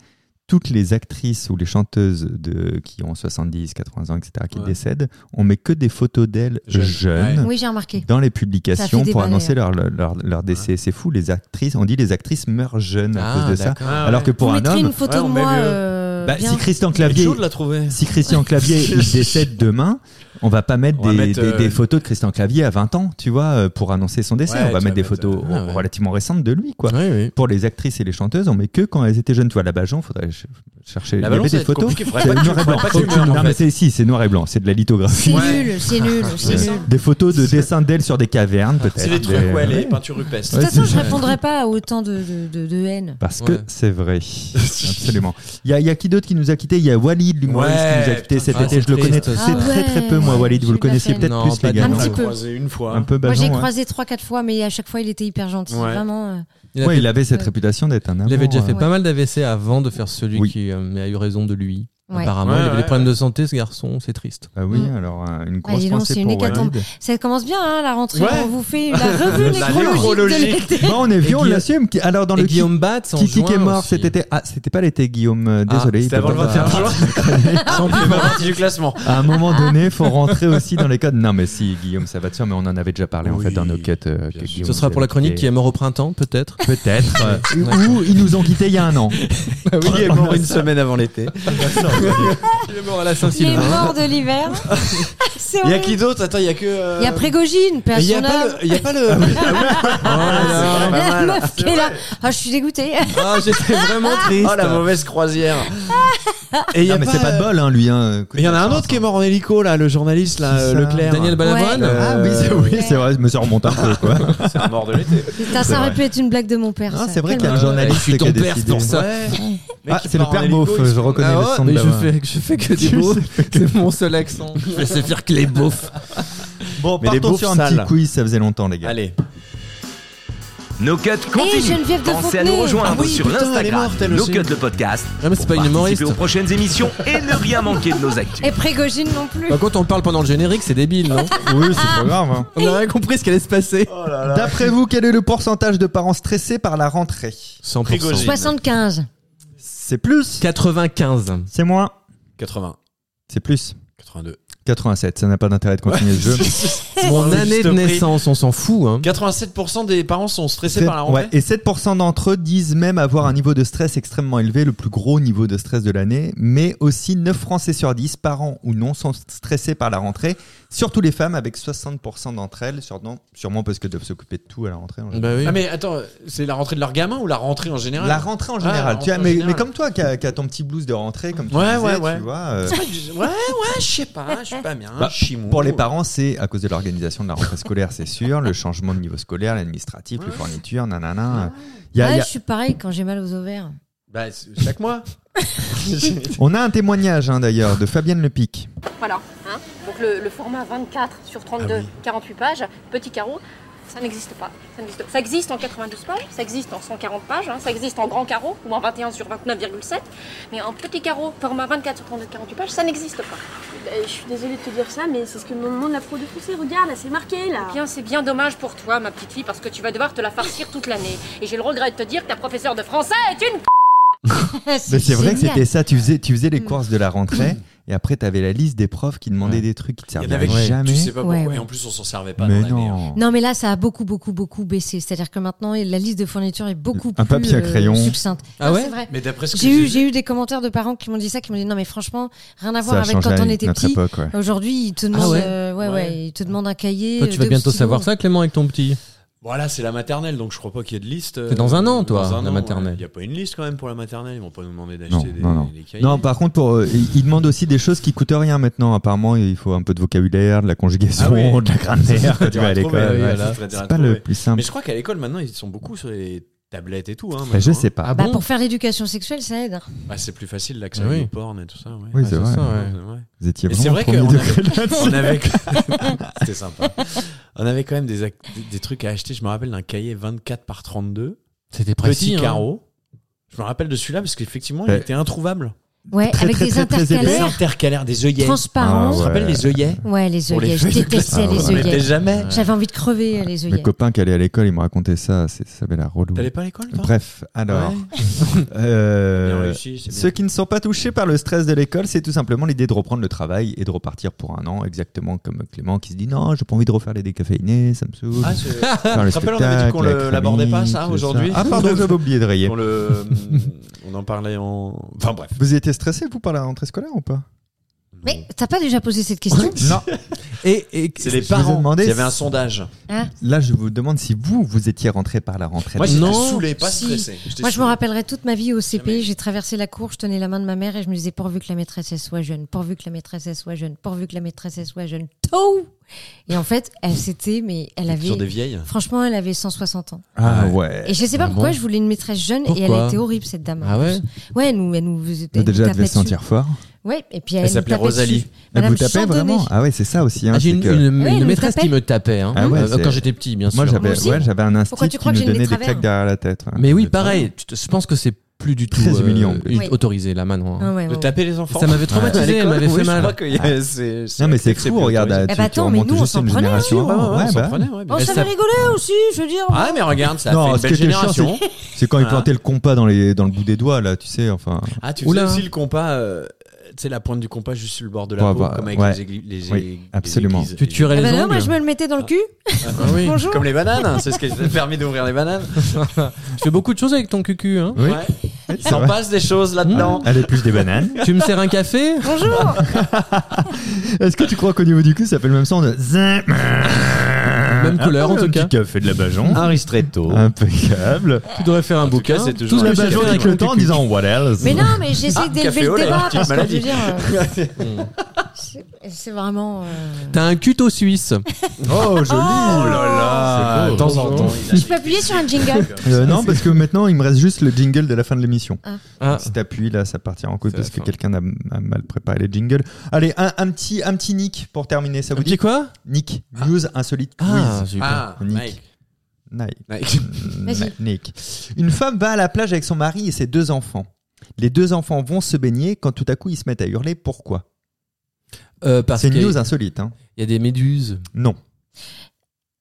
toutes les actrices ou les chanteuses de qui ont 70, 80 ans, etc., qui
Ouais.
décèdent, on met que des photos d'elles
Jeune.
jeunes. Hein.
Ouais.
Oui, j'ai remarqué.
Dans les
Ça fait hein.
publications
débat,
pour annoncer leur, leur, leur- leur décès. C'est fou, les actrices, on dit les actrices meurent jeunes
Ah,
à cause de ça. Alors que pour
Vous
un
mettrez
homme,
une photo
Ah ouais,
de
on met
moi.
le-
euh,
bah,
bien.
si Christian
c'est
Clavier,
chaud de la trouver.
Si Christian Clavier il décède demain, on va pas mettre,
On va
des,
mettre,
des-
euh,
des photos de Christian Clavier à 20 ans, tu vois, euh, pour annoncer son décès.
Ouais,
on va mettre
tu vas
des
mettre,
photos
euh,
ah ouais.
relativement récentes de lui, quoi.
Oui, oui.
Pour les actrices et les chanteuses, on met que quand elles étaient jeunes. Tu vois, la Bajon, faudrait ch- chercher.
La
il y
balance,
avait
ça
des
va être
photos.
compliqué, faudrait
C'est
pas que tu-
noir et blanc.
faudrait pas que tu
Faut-
le meures, en
Non,
fait.
mais c'est ici, c'est noir et blanc. C'est de la lithographie.
C'est
Ouais.
nul, c'est nul, c'est
C'est
nul.
Des photos de dessins d'elle sur des cavernes, peut-être.
C'est les trucs
Des-
où elle est
Ah, Ouais.
peinture rupestre.
De toute
Ouais,
façon,
c'est-
je répondrai pas à autant de, de, de, de haine.
Parce
Ouais.
que c'est vrai. <laughs> Absolument. Il y a, il y a qui d'autre qui nous a quitté Il y a Walid, l'humoriste, qui nous a
Ouais,
quitté cet
putain,
été.
c'est
Je le connais
triste, ça.
c'est
Ah
très très peu,
ouais,
moi,
ouais,
Walid. Vous
j'ai
le
de la
connaissez
peine.
peut-être
Non,
plus,
pas
les
du
gars.
tout.
non
Un petit
On l'a
peu.
croisé une fois.
Un peu hein.
Moi,
Bajon.
j'ai
Bah ouais.
croisé 3-4 fois, mais à chaque fois, il était hyper gentil.
Ouais.
Vraiment. euh,
Il, a
Ouais,
fait-
il avait cette
Ouais.
réputation d'être un amour.
il avait déjà fait
euh,
pas mal d'AVC avant de faire celui
Oui.
qui euh, a eu raison de lui.
Ouais.
Apparemment,
Ouais,
il avait
ouais.
des problèmes de santé, ce garçon, c'est triste.
Ah oui,
Mm.
alors euh, une
Ah,
grosse
dis donc, c'est
pensée
une
pour
hécatombe.
Walid.
Ça commence bien, hein, la rentrée.
Ouais.
On vous
<laughs>
fait la revue
La
nécrologique de
nécrologique.
l'été.
Bon, on est vieux, on
Guilla-
l'assume. Qui- Alors dans
Et
le
Guillaume Batz, en
Kiki qui
juin
est mort
aussi. Ah,
cet été. Ah, c'était pas l'été, Guillaume. euh, Désolé. il
C'était
peut
avant le
pas-
21 juin. <laughs>
Sans
Il fait
plus-
pas partie du classement.
<laughs> À un
<laughs>
moment donné, faut rentrer aussi dans les codes. Non, mais si, Guillaume, ça va de soi, mais on en avait déjà parlé en
Oui,
fait dans nos quêtes. euh, que
sûr.
Guillaume
Ce sera pour la chronique qui est mort au printemps, peut-être.
Peut-être. euh, ou ils nous ont quittés il y a un an.
Il est mort une semaine avant l'été.
<laughs>
Il est mort à la
Les
Saint-Sylvain.
morts de l'hiver. c'est
Il y a
horrible.
qui d'autre Attends, il y a que. euh,
Il y a Prégogine,
Il y a
personne.
pas le. Il y a pas le.
La
Ah,
pas mal. <laughs>
meuf qui est là. Ah, je suis dégoûtée.
Ah, j'étais vraiment triste.
Oh la mauvaise croisière. Et il y
Non,
a
mais c'est pas de
euh,
bol, hein, lui. hein.
Il y en a un autre qui est mort en hélico là, le journaliste là,
C'est
euh,
ça.
Leclerc.
Daniel Balavoine
Ouais.
Ah oui, c'est oui, c'est vrai, mais ça remonte un peu, quoi.
c'est un mort de l'été.
Putain, ça aurait pu être une blague de mon père.
Ah,
ça.
c'est vrai
Quel
qu'il y a un
Euh,
journaliste
je suis ton
qui a
père,
décidé.
pour ça.
Ouais.
Ah,
Mec qui
c'est le
part en
père
hélico,
beauf,
il se
je
prend-
reconnais
Ah
le
ouais,
son de
oh, Mais je
là-bas.
fais, je fais que des
Tu
mots,
fais que
c'est mon seul accent. <laughs> Je vais se faire que les beaufs.
Bon,
Mais les
partons
beaufs
sur un
sales.
petit quiz, ça faisait longtemps, les gars.
Allez.
No Cut
Hey,
continue.
Geneviève de
Pensez à nous
Fontenay.
rejoindre
Ah oui,
sur
putain, elle est
l'Instagram
morte, elle
No
aussi.
Cut le podcast
Ah, mais c'est
pour
pas une humoriste.
participer aux prochaines émissions et ne rien manquer de nos
<laughs>
actus.
Et Prégogine non plus.
Bah, quand on parle pendant le générique, c'est débile, non
Oui, c'est pas grave. hein.
On a rien compris ce qui allait se passer.
Oh,
D'après vous, quel est le pourcentage de parents stressés par la rentrée
100%.
75.
C'est plus
95.
C'est moins
80.
C'est plus
82.
87, ça n'a pas d'intérêt de continuer le jeu.
Mon
Oh,
année
juste
de
pris.
naissance, on s'en fout. Hein.
87% des parents sont stressés par la rentrée.
Ouais, et 7% d'entre eux disent même avoir un niveau de stress extrêmement élevé, le plus gros niveau de stress de l'année, mais aussi 9 Français sur 10, parents ou non, sont stressés par la rentrée, surtout les femmes avec 60% d'entre elles, sûrement, sûrement parce que doivent s'occuper de tout à la rentrée. en général.
Bah oui.
Ah mais attends, c'est la rentrée de leur gamin ou la rentrée en général
La rentrée en
Ah, la
général, tu
rentrée
vois,
en
mais,
général.
mais comme toi qui as qui as ton petit blues de rentrée, comme tu
Ouais,
disais,
ouais,
tu
ouais.
vois, euh,
Ouais, ouais, je sais pas, je suis pas bien.
Bah,
je suis mou.
Pour les parents, c'est à cause de l'organisation de la rentrée scolaire, c'est sûr, le changement de niveau scolaire, l'administratif, les fournitures, nanana. Il y a- il
Ouais,
y a-
je suis pareil quand j'ai mal aux ovaires. <laughs>
Bah, c'est
<laughs>
chaque mois.
On a un témoignage hein, d'ailleurs de Fabienne Lepic.
Voilà. hein. Donc le, le format 24 sur 32,
Ah oui.
48 pages, petit carreau, ça n'existe pas. Ça, n'existe- ça existe en 92 pages, ça existe en 140 pages, hein, ça existe en grand carreau ou en 21 sur 29,7, mais en petit carreau, format 24 sur 32, 48 pages, ça n'existe pas.
Euh, Je suis désolée de te dire ça, mais c'est ce que me demande la pro de français. Regarde, là, c'est marqué là.
Bien, c'est bien dommage pour toi, ma petite fille, parce que tu vas devoir te la farcir toute l'année. Et j'ai le regret de te dire que ta professeure de français est une
Mais c'est vrai que
génial. Mm.
c'était ça, tu faisais, tu faisais les courses de la rentrée Et après, t'avais la liste des profs qui demandaient
Ouais.
des trucs qui te
Il y
servaient
en avait qui-
à jamais.
Tu sais pas
Ouais,
pourquoi.
ouais.
Et en plus, on s'en servait pas
mais
dans l'année.
non.
Non, mais là, ça a beaucoup, beaucoup, beaucoup baissé. C'est-à-dire que maintenant, la liste de fournitures est beaucoup
Un
plus
papier à
euh,
crayon.
succincte.
Ah
Non,
ouais
c'est vrai.
Mais d'après ce que
J'ai eu,
j'ai
j'ai eu des commentaires de parents qui m'ont dit ça, qui m'ont dit non, mais franchement, rien
Ça
à voir
a
avec
changé
quand on
avec
était
notre
petit.
époque, ouais.
Aujourd'hui, ils te demandent,
Ah ouais
euh, ouais,
Ouais.
ouais, ils te demandent un cahier.
Toi, tu
euh,
vas
deux
bientôt
stylos.
savoir ça, Clément, avec ton petit.
Bon, là, c'est la maternelle, donc je crois pas qu'il y ait de liste. euh,
C'est dans un an, toi,
dans un
la
an,
maternelle.
ouais. Il n'y a pas une liste quand même pour la maternelle. Ils vont pas nous demander d'acheter
Non,
des,
non, non.
des cahiers.
Non, par contre, pour, euh, ils ils demandent aussi des choses qui coûtent rien maintenant. Apparemment, il faut un peu de vocabulaire, de la conjugaison,
Ah oui.
de la grammaire quand tu vas à l'école.
trouver, oui,
ouais.
voilà.
C'est pas le plus simple.
Mais je crois qu'à l'école, maintenant, ils sont beaucoup sur les tablettes et tout. Hein,
Mais je
maintenant.
sais pas.
Ah
Bah,
bon
Pour faire l'éducation sexuelle, ça aide. hein.
Bah, c'est plus facile l'accès
Ah oui.
au porn et tout ça. ouais.
Oui,
Ah,
c'est
c'est
vrai.
ça, ouais.
Ouais.
Vous étiez
Et c'est
vraiment
vrai
premier <laughs>
qu'on
<laughs>
degré là-dessus.
On avait, <laughs> c'était sympa. On avait quand même des, ac- des- des trucs à acheter. Je me rappelle d'un cahier 24 par 32,
C'était précis.
petit
hein.
carreau. Je me rappelle de celui-là parce qu'effectivement, il
Ouais.
était introuvable.
Ouais,
Très,
avec
très,
des
très, très épais.
Des
intercalaires
intercalaires, des œillets.
transparents.
Ah
Tu te rappelles les œillets
Ouais, les
Pour les
œillets. Je
feuilles de
détestais
classe.
les
Ah,
On n'était
œillets.
jamais.
J'avais envie de crever, euh, les
Mes
œillets.
copains qui allaient à l'école, ils me racontaient ça. c'est- Ça avait la relou.
T'allais pas à l'école, toi
Bref, alors.
<laughs> Ouais.
euh,
Bien réussi, c'est bien.
Ceux qui ne sont pas touchés par le stress de l'école, c'est tout simplement l'idée de reprendre le travail et de repartir pour un an, exactement comme Clément qui se dit non, j'ai pas envie de refaire les décaféinés, ça me saoule.
Ah, c'est-
Faire le
te rappelles, on avait dit
spectacle,
qu'on
la
le- l'abordait pas, ça,
chronique, tout
aujourd'hui
Ah pardon, j'avais oublié de rayer.
on le, on en parlait en. Enfin bref.
Vous étiez stressé vous par la rentrée scolaire ou pas
Mais t'as pas déjà posé cette question
<laughs> Non.
Et, et-
C'est les
Je vous ai
parents.
demandé
Il y avait un
si-
sondage.
hein
Là, je vous demande si vous vous étiez rentré par la rentrée.
Moi, j'étais
Non,
saoulé, pas
si.
stressé. J'étais
Moi, je me
saoulé.
rappellerai toute ma vie au CP.
Jamais.
J'ai traversé la cour, je tenais la main de ma mère et je me disais pourvu que la maîtresse elle soit jeune, pourvu que la maîtresse elle soit jeune, pourvu que la maîtresse elle soit jeune. Tout Et en fait, elle s'était, mais elle
Sur
avait.
des vieilles.
Franchement, elle avait 160 ans.
ah ouais.
Et je sais pas
Ah
pourquoi,
bon
je voulais une maîtresse jeune et elle
Pourquoi
a été horrible, cette dame. en
Ah ouais
plus. Ouais, elle nous. Elle nous, elle nous
Déjà,
tapait
devait se
dessus.
sentir fort.
Ouais, et puis
Elle
elle, nous
s'appelait
tapait dessus.
Rosalie.
Elle
Madame
vous tapait
Chandonnet.
vraiment Ah ouais, c'est ça aussi. hein,
Ah, j'ai
c'est
une,
que-
une-
Ouais,
une
elle me
maîtresse qui
tapait.
me tapait hein,
Ah ouais,
euh,
c'est-
quand j'étais petit, bien sûr.
Moi,
Moi
j'avais
aussi.
ouais, j'avais un
Pourquoi
instinct
tu
qui
crois
me
que j'ai le nez
donnait des
travers
claques derrière la tête. ouais.
Mais oui,
Vous êtes vraiment-
pareil. tu te- Je pense que c'est plus du tout
Très humiliant.
Oui.
autorisé là maintenant.
Ah
hein.
ouais,
De
ouais.
taper les enfants.
Ça m'avait traumatisé, elle m'avait fait mal. Ah.
Non, mais c'est fou, regarde.
Ah,
tu-
bah
tu
attends, mais
remontes
nous, on
juste
s'en
une
prenait, hein,
génération.
si,
Ouais, bah.
Oh, ça avait rigolé aussi, je veux dire.
Ah, mais regarde, ça
Non,
a
ce
fait
qui
une belle
était chiant,
génération.
C'est quand ils
Ah.
plantaient le compas dans, les, dans le bout des doigts, là, tu sais, enfin.
Ah, tu
Oula.
faisais aussi le compas, euh, tu sais, la pointe du compas juste sur le bord de
Pour
la peau,
avoir-
comme avec
ouais.
les églis- les
Oui,
églises.
absolument.
les églises. bah
Tu tuerais
Eh
les
ben non,
ongles
moi, je me le mettais dans le cul.
Ah oui.
Bonjour.
Comme les bananes, hein, c'est ce qui t'a permis d'ouvrir les bananes.
Tu fais beaucoup de choses avec ton cucu. Hein.
Oui,
Ouais. Il
c'est
s'en
vrai.
passe des choses là-dedans.
Elle épluche des bananes.
tu me sers un café
Bonjour.
<laughs> Est-ce que tu crois qu'au niveau du cul, ça fait le même son de zin
Même couleur en
Un
tout cas.
petit café de la bajon.
Un ristretto.
Impeccable.
Tu devrais faire un
tout
bouquin.
cas, Ah. c'est
Tout
toujours
ce
un
que
La
tu
bajon
fais
avec
avec ton
le temps en
cucu.
disant what else.
Mais non, mais j'essaie
Ah,
d'élever
café
le
au lait,
débat
petite
parce que je veux
maladie.
dire, euh,
<laughs>
c'est- c'est vraiment. euh,
T'as un cuto suisse.
Oh, joli. Oh
là là.
De temps en temps.
Je peux appuyer sur un jingle.
Euh, non, parce que maintenant, il me reste juste le jingle de la fin de l'émission.
Ah.
Si t'appuies là, ça partira en cause
C'est
parce
la
que
fin.
quelqu'un a, a mal préparé les jingles. Allez, un, un petit, un petit nick pour terminer. Ça vous
Un
dit
petit quoi
Nick, news insolite quiz.
Ah, super.
Ah,
Nick.
Mike.
Nick.
Mike.
Vas-y.
Nick. Une femme va à la plage avec son mari et ses deux enfants. Les deux enfants vont se baigner quand tout à coup ils se mettent à hurler. Pourquoi
Euh, parce
C'est
qu'il
une
y,
news
a-
insolite. hein.
il y a des méduses.
Non,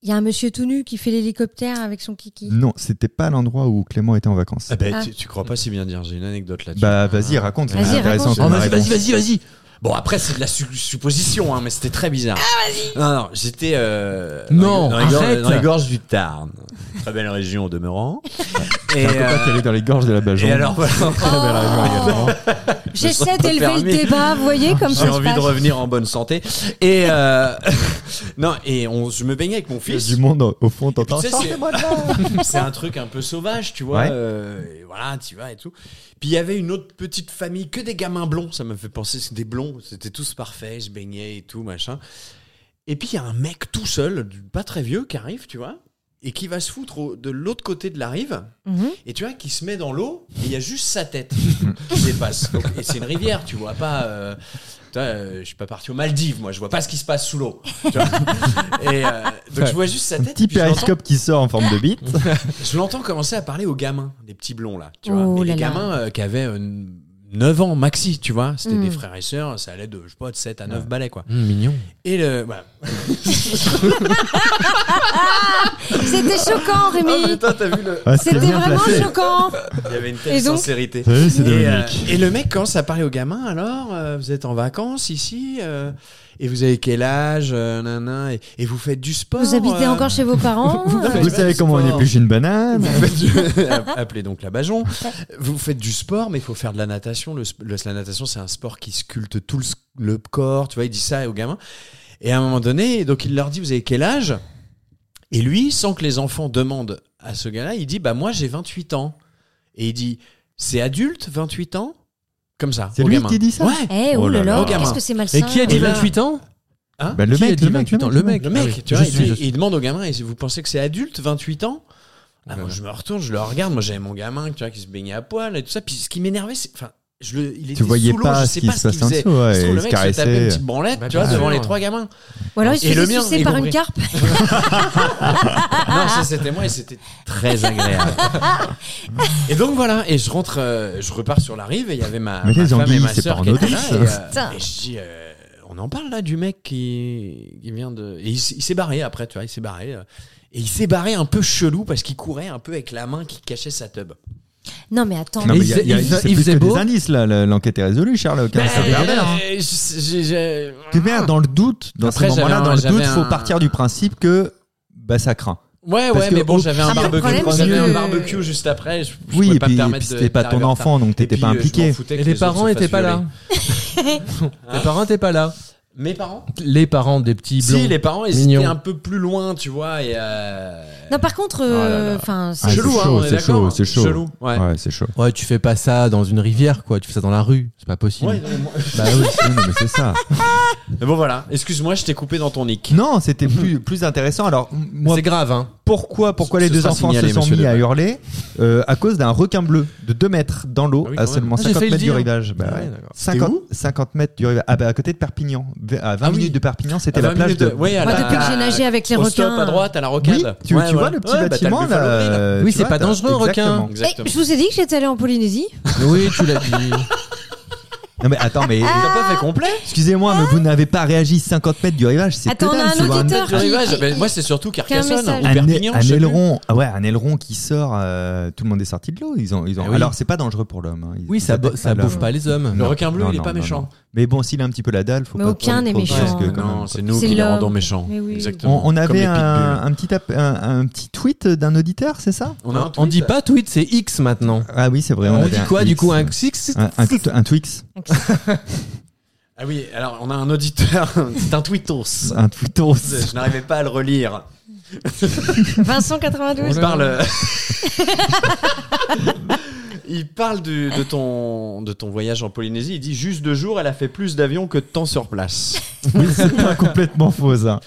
Il y a un monsieur tout nu qui fait l'hélicoptère avec son kiki.
non, c'était pas l'endroit où Clément était en vacances.
Ah ben,
Ah.
tu, tu crois pas si bien dire, j'ai une anecdote là-dessus.
Bah vas-y, raconte.
Vas-y,
c'est intéressant
raconte.
comme
Oh,
réponse.
vas-y, vas-y. Bon, après, c'est de la su- supposition, hein, mais c'était très bizarre. Ah, vas-y Non, non, j'étais euh, dans
Non,
les- dans, les
arrête.
gorges, dans les gorges du Tarn. Très belle région au
<laughs>
demeurant. et,
Faut pas
euh,
qu'elle est dans les gorges de la Bajon.
et alors, voilà,
Oh J'essaie
pas
d'élever le
permis.
débat, vous voyez comme ça
j'ai
se
envie
passe.
de revenir en bonne santé. Et euh, <laughs> non, et on, je me baignais avec mon
Il y a
fils.
du monde au- au fond, t'entends
Tu sais,
ça
<laughs> c'est- C'est un truc un peu sauvage, tu vois.
Ouais.
euh, et voilà, tu vas et tout. Puis il y avait une autre petite famille, que des gamins blonds. Ça m'a fait penser, c'est des blonds. C'était tous parfaits, je baignais et tout, machin. Et puis il y a un mec tout seul, du- pas très vieux, qui arrive, tu vois, et qui va se foutre au- de l'autre côté de la rive.
Mhm.
Et tu vois, qui se met dans l'eau, et il y a juste
<laughs>
sa tête qui dépasse. Donc, et c'est une rivière, tu vois pas. euh, tu vois, euh, je suis pas parti aux Maldives, moi, je vois pas ce qui se passe sous l'eau. tu
<laughs>
vois. Et euh, donc je vois juste sa tête.
Petit
et puis je l'entends-
périscope qui sort en forme de bite.
je l'entends commencer à parler aux gamins, des petits blonds là, tu vois.
Oh
et
là
les
là.
gamins euh, qui avaient une 9 ans maxi, tu vois. C'était
Mm.
des frères et sœurs, ça allait de, je sais pas, de 7 à 9 balais, quoi.
Mmh,
Hum, mignon.
Et le. voilà.
C'était choquant, Rémi.
t'as vu le.
Ah,
C'était
bien
vraiment
placé.
choquant.
Il y avait une
Et
telle
donc
sincérité.
Salut, c'est
Et, euh,
Dominique.
et le mec, quand ça parlait aux gamins, alors, euh, vous êtes en vacances ici, euh, et vous avez quel âge, euh, nanan, et, et vous faites du sport.
Vous habitez
euh,
encore chez
<laughs>
vos parents
Vous-
euh,
Vous savez comment on épluche une banane
<laughs> Vous faites du- <laughs> Appelez donc la Bajon. Vous faites du sport, mais il faut faire de la natation. Le, sp- le- la natation, c'est un sport qui sculpte tout le, s- le corps. Tu vois, il dit ça aux gamins. Et à un moment donné, donc il leur dit, vous avez quel âge Et lui, sans que les enfants demandent à ce gars-là, il dit, bah moi j'ai 28 ans. Et il dit, c'est adulte, 28 ans Comme ça.
C'est
aux
lui
gamins.
qui dit ça
Ouais.
Eh,
Oh
oh là
là
là,
là.
qu'est-ce que c'est malsain.
Et qui a dit
Et là-
28 ans
Bah, le
Qui a
mec,
dit
le mec,
28 ans Le mec.
Le mec,
Ah oui,
tu vois,
je
il,
suis,
dit-
je suis.
il demande au gamin, et vous pensez que c'est adulte, 28 ans Ah, moi, je me retourne, je le regarde, moi j'avais mon gamin tu vois, qui se baignait à poil et tout ça, puis ce qui m'énervait, c'est... Enfin, je le, il était
Tu voyais
sous l'eau,
pas
je
ce
sais
qui
pas
se
ce qu'il
passait en
faisait.
dessous. ouais,
Sous
il
le
se
mec se tapait une
caressait.
petite branlette,
Bah,
tu vois,
bien
devant
sûr.
les trois gamins.
Ou alors il se
Et le
faisait
mien,
sucer
y
par
compris.
une carpe.
Ah non,
Ah,
ça c'était moi et c'était très
<laughs>
agréable. et donc voilà, et je rentre, euh, je repars sur la rive et il y avait ma,
Mais
ma
les
femme et
anguilles,
ma
c'est
sœur
pas en
qui étaient là.
notice.
Et,
Putain.
euh, et je dis, euh, on en parle là du mec qui, qui vient de. Et il, s- il s'est barré après, tu vois, il s'est barré. euh, et il s'est barré un peu chelou parce qu'il courait un peu avec la main qui cachait sa teub.
Non, mais attends.
Non,
Et
mais il
il
y a-
faisait-
il y a-
il faisait-
c'est
il
plus
faisait
que
beau
des indices, là. le- L'enquête est résolue, Charles. aucun
Euh,
sauveur.
euh, je- j'ai- j'ai-
Tu mets dans le doute, dans
Après,
ce moment-là,
j'avais
dans
un-
le
j'avais
doute, faut
un-
partir du principe que bah, ça craint.
Ouais,
Parce
ouais,
que
mais bon,
au-
j'avais un
Ah, mais le
barbecue.
problème,
J'avais
c'est
un
que-
barbecue juste après. Je, je
oui,
pouvais
et
pas
puis,
me
et
permettre
puis
de-
c'était pas ton
d'arriver en retard.
enfant, donc
Et
t'étais
puis,
pas
euh, je m'en
impliqué.
foutais que
Et les
autres
parents
se
étaient
fassent
pas là.
violer.
<laughs> Les parents étaient pas là.
Mes parents
Les parents des petits blonds.
Si, les parents, ils
Mignon.
étaient un peu plus loin, tu vois. Et euh...
Non, par contre,
là là.
enfin,
Ah,
chelou,
c'est
hein,
chaud,
on est
c'est
d'accord,
chaud,
hein.
c'est chaud.
Chelou, ouais.
Ouais, c'est chaud.
Ouais, tu fais pas ça dans une rivière, quoi. Tu fais ça dans la rue. C'est pas possible.
ouais, non, moi- <laughs>
Bah oui, <laughs> non, mais c'est ça.
Mais bon, voilà. Excuse-moi, je t'ai coupé dans ton nick.
Non, c'était plus, plus intéressant. Alors, m- moi,
C'est grave, hein.
pourquoi, pourquoi
Ce
les deux
sera
enfants
signalé,
se sont
monsieur
mis à
Lebas.
hurler Euh, À cause d'un requin bleu de 2 mètres dans l'eau
Ah oui,
à
quand même.
seulement
Ah, j'ai
50
failli
mètres du
le dire.
rivage. Bah,
Ah ouais,
ouais.
d'accord.
50,
où
50 mètres du rivage. Ah, bah, à côté de Perpignan. V- À 20
Ah oui.
minutes de Perpignan, c'était
À
la
20
plage
minutes
de.
ouais, à
Moi,
la-
<laughs> depuis que j'ai nagé avec les
au
requins,
Stop à droite, à la
Oui,
rocade.
tu,
Ouais,
tu vois
voilà.
le petit
Ouais, bah, t'as
bâtiment
le
là.
Buffalo Grill.
euh,
Oui,
tu
c'est
vois,
pas
t'as-
dangereux, un requin.
exactement.
Eh,
Exactement.
je vous ai dit que j'étais allée
<laughs>
en Polynésie.
Oui, tu l'as dit.
Non mais attends, mais
T'as pas fait complet
excusez-moi, mais vous n'avez pas réagi 50 mètres du rivage, c'est
Attends,
que
on a
dalle,
un
souvent,
auditeur.
Du
Qui-
rivage,
qui-
ben, moi c'est surtout Carcassonne
message.
ou
Un,
Perpignon.
un
je sais plus.
aileron, ah ouais, un aileron qui sort, euh, tout le monde est sorti de l'eau. Ils ont, ils ont.
Ah oui.
Alors c'est pas dangereux pour l'homme. hein, ils-
Oui,
ils
ça, bo-
attaquent
ça
l'homme.
bouffe pas les hommes.
Le
Non,
requin bleu,
non,
il est
non,
pas
non,
méchant.
non. Mais bon, s'il a un petit peu la dalle, faut
Mais
pas.
aucun
faut-
n'est
faut-
méchant.
parce que
Ouais,
quand
non,
même,
c'est nous
C'est
qui les
l'homme.
rendons méchants.
Mais oui.
Exactement.
On, on
Comme
avait
les
un,
pitbulls.
un petit ap- un, un petit tweet d'un auditeur, c'est ça
On a un
On
tweet.
dit pas tweet, c'est X maintenant.
Ah oui, c'est vrai.
On
avait
dit
un Ah,
quoi du
Twix.
coup Un X
un, un, un Twix,
Ah oui, alors on a un auditeur, c'est un tweetos.
un Twittos.
<laughs> Je n'arrivais pas à le relire.
Vincent
Il
Oh
92.
parle. <laughs> il parle du- de, ton, de ton voyage en Polynésie. Il dit juste deux jours, elle a fait plus d'avions que de temps sur place.
Oui, c'est pas complètement faux ça.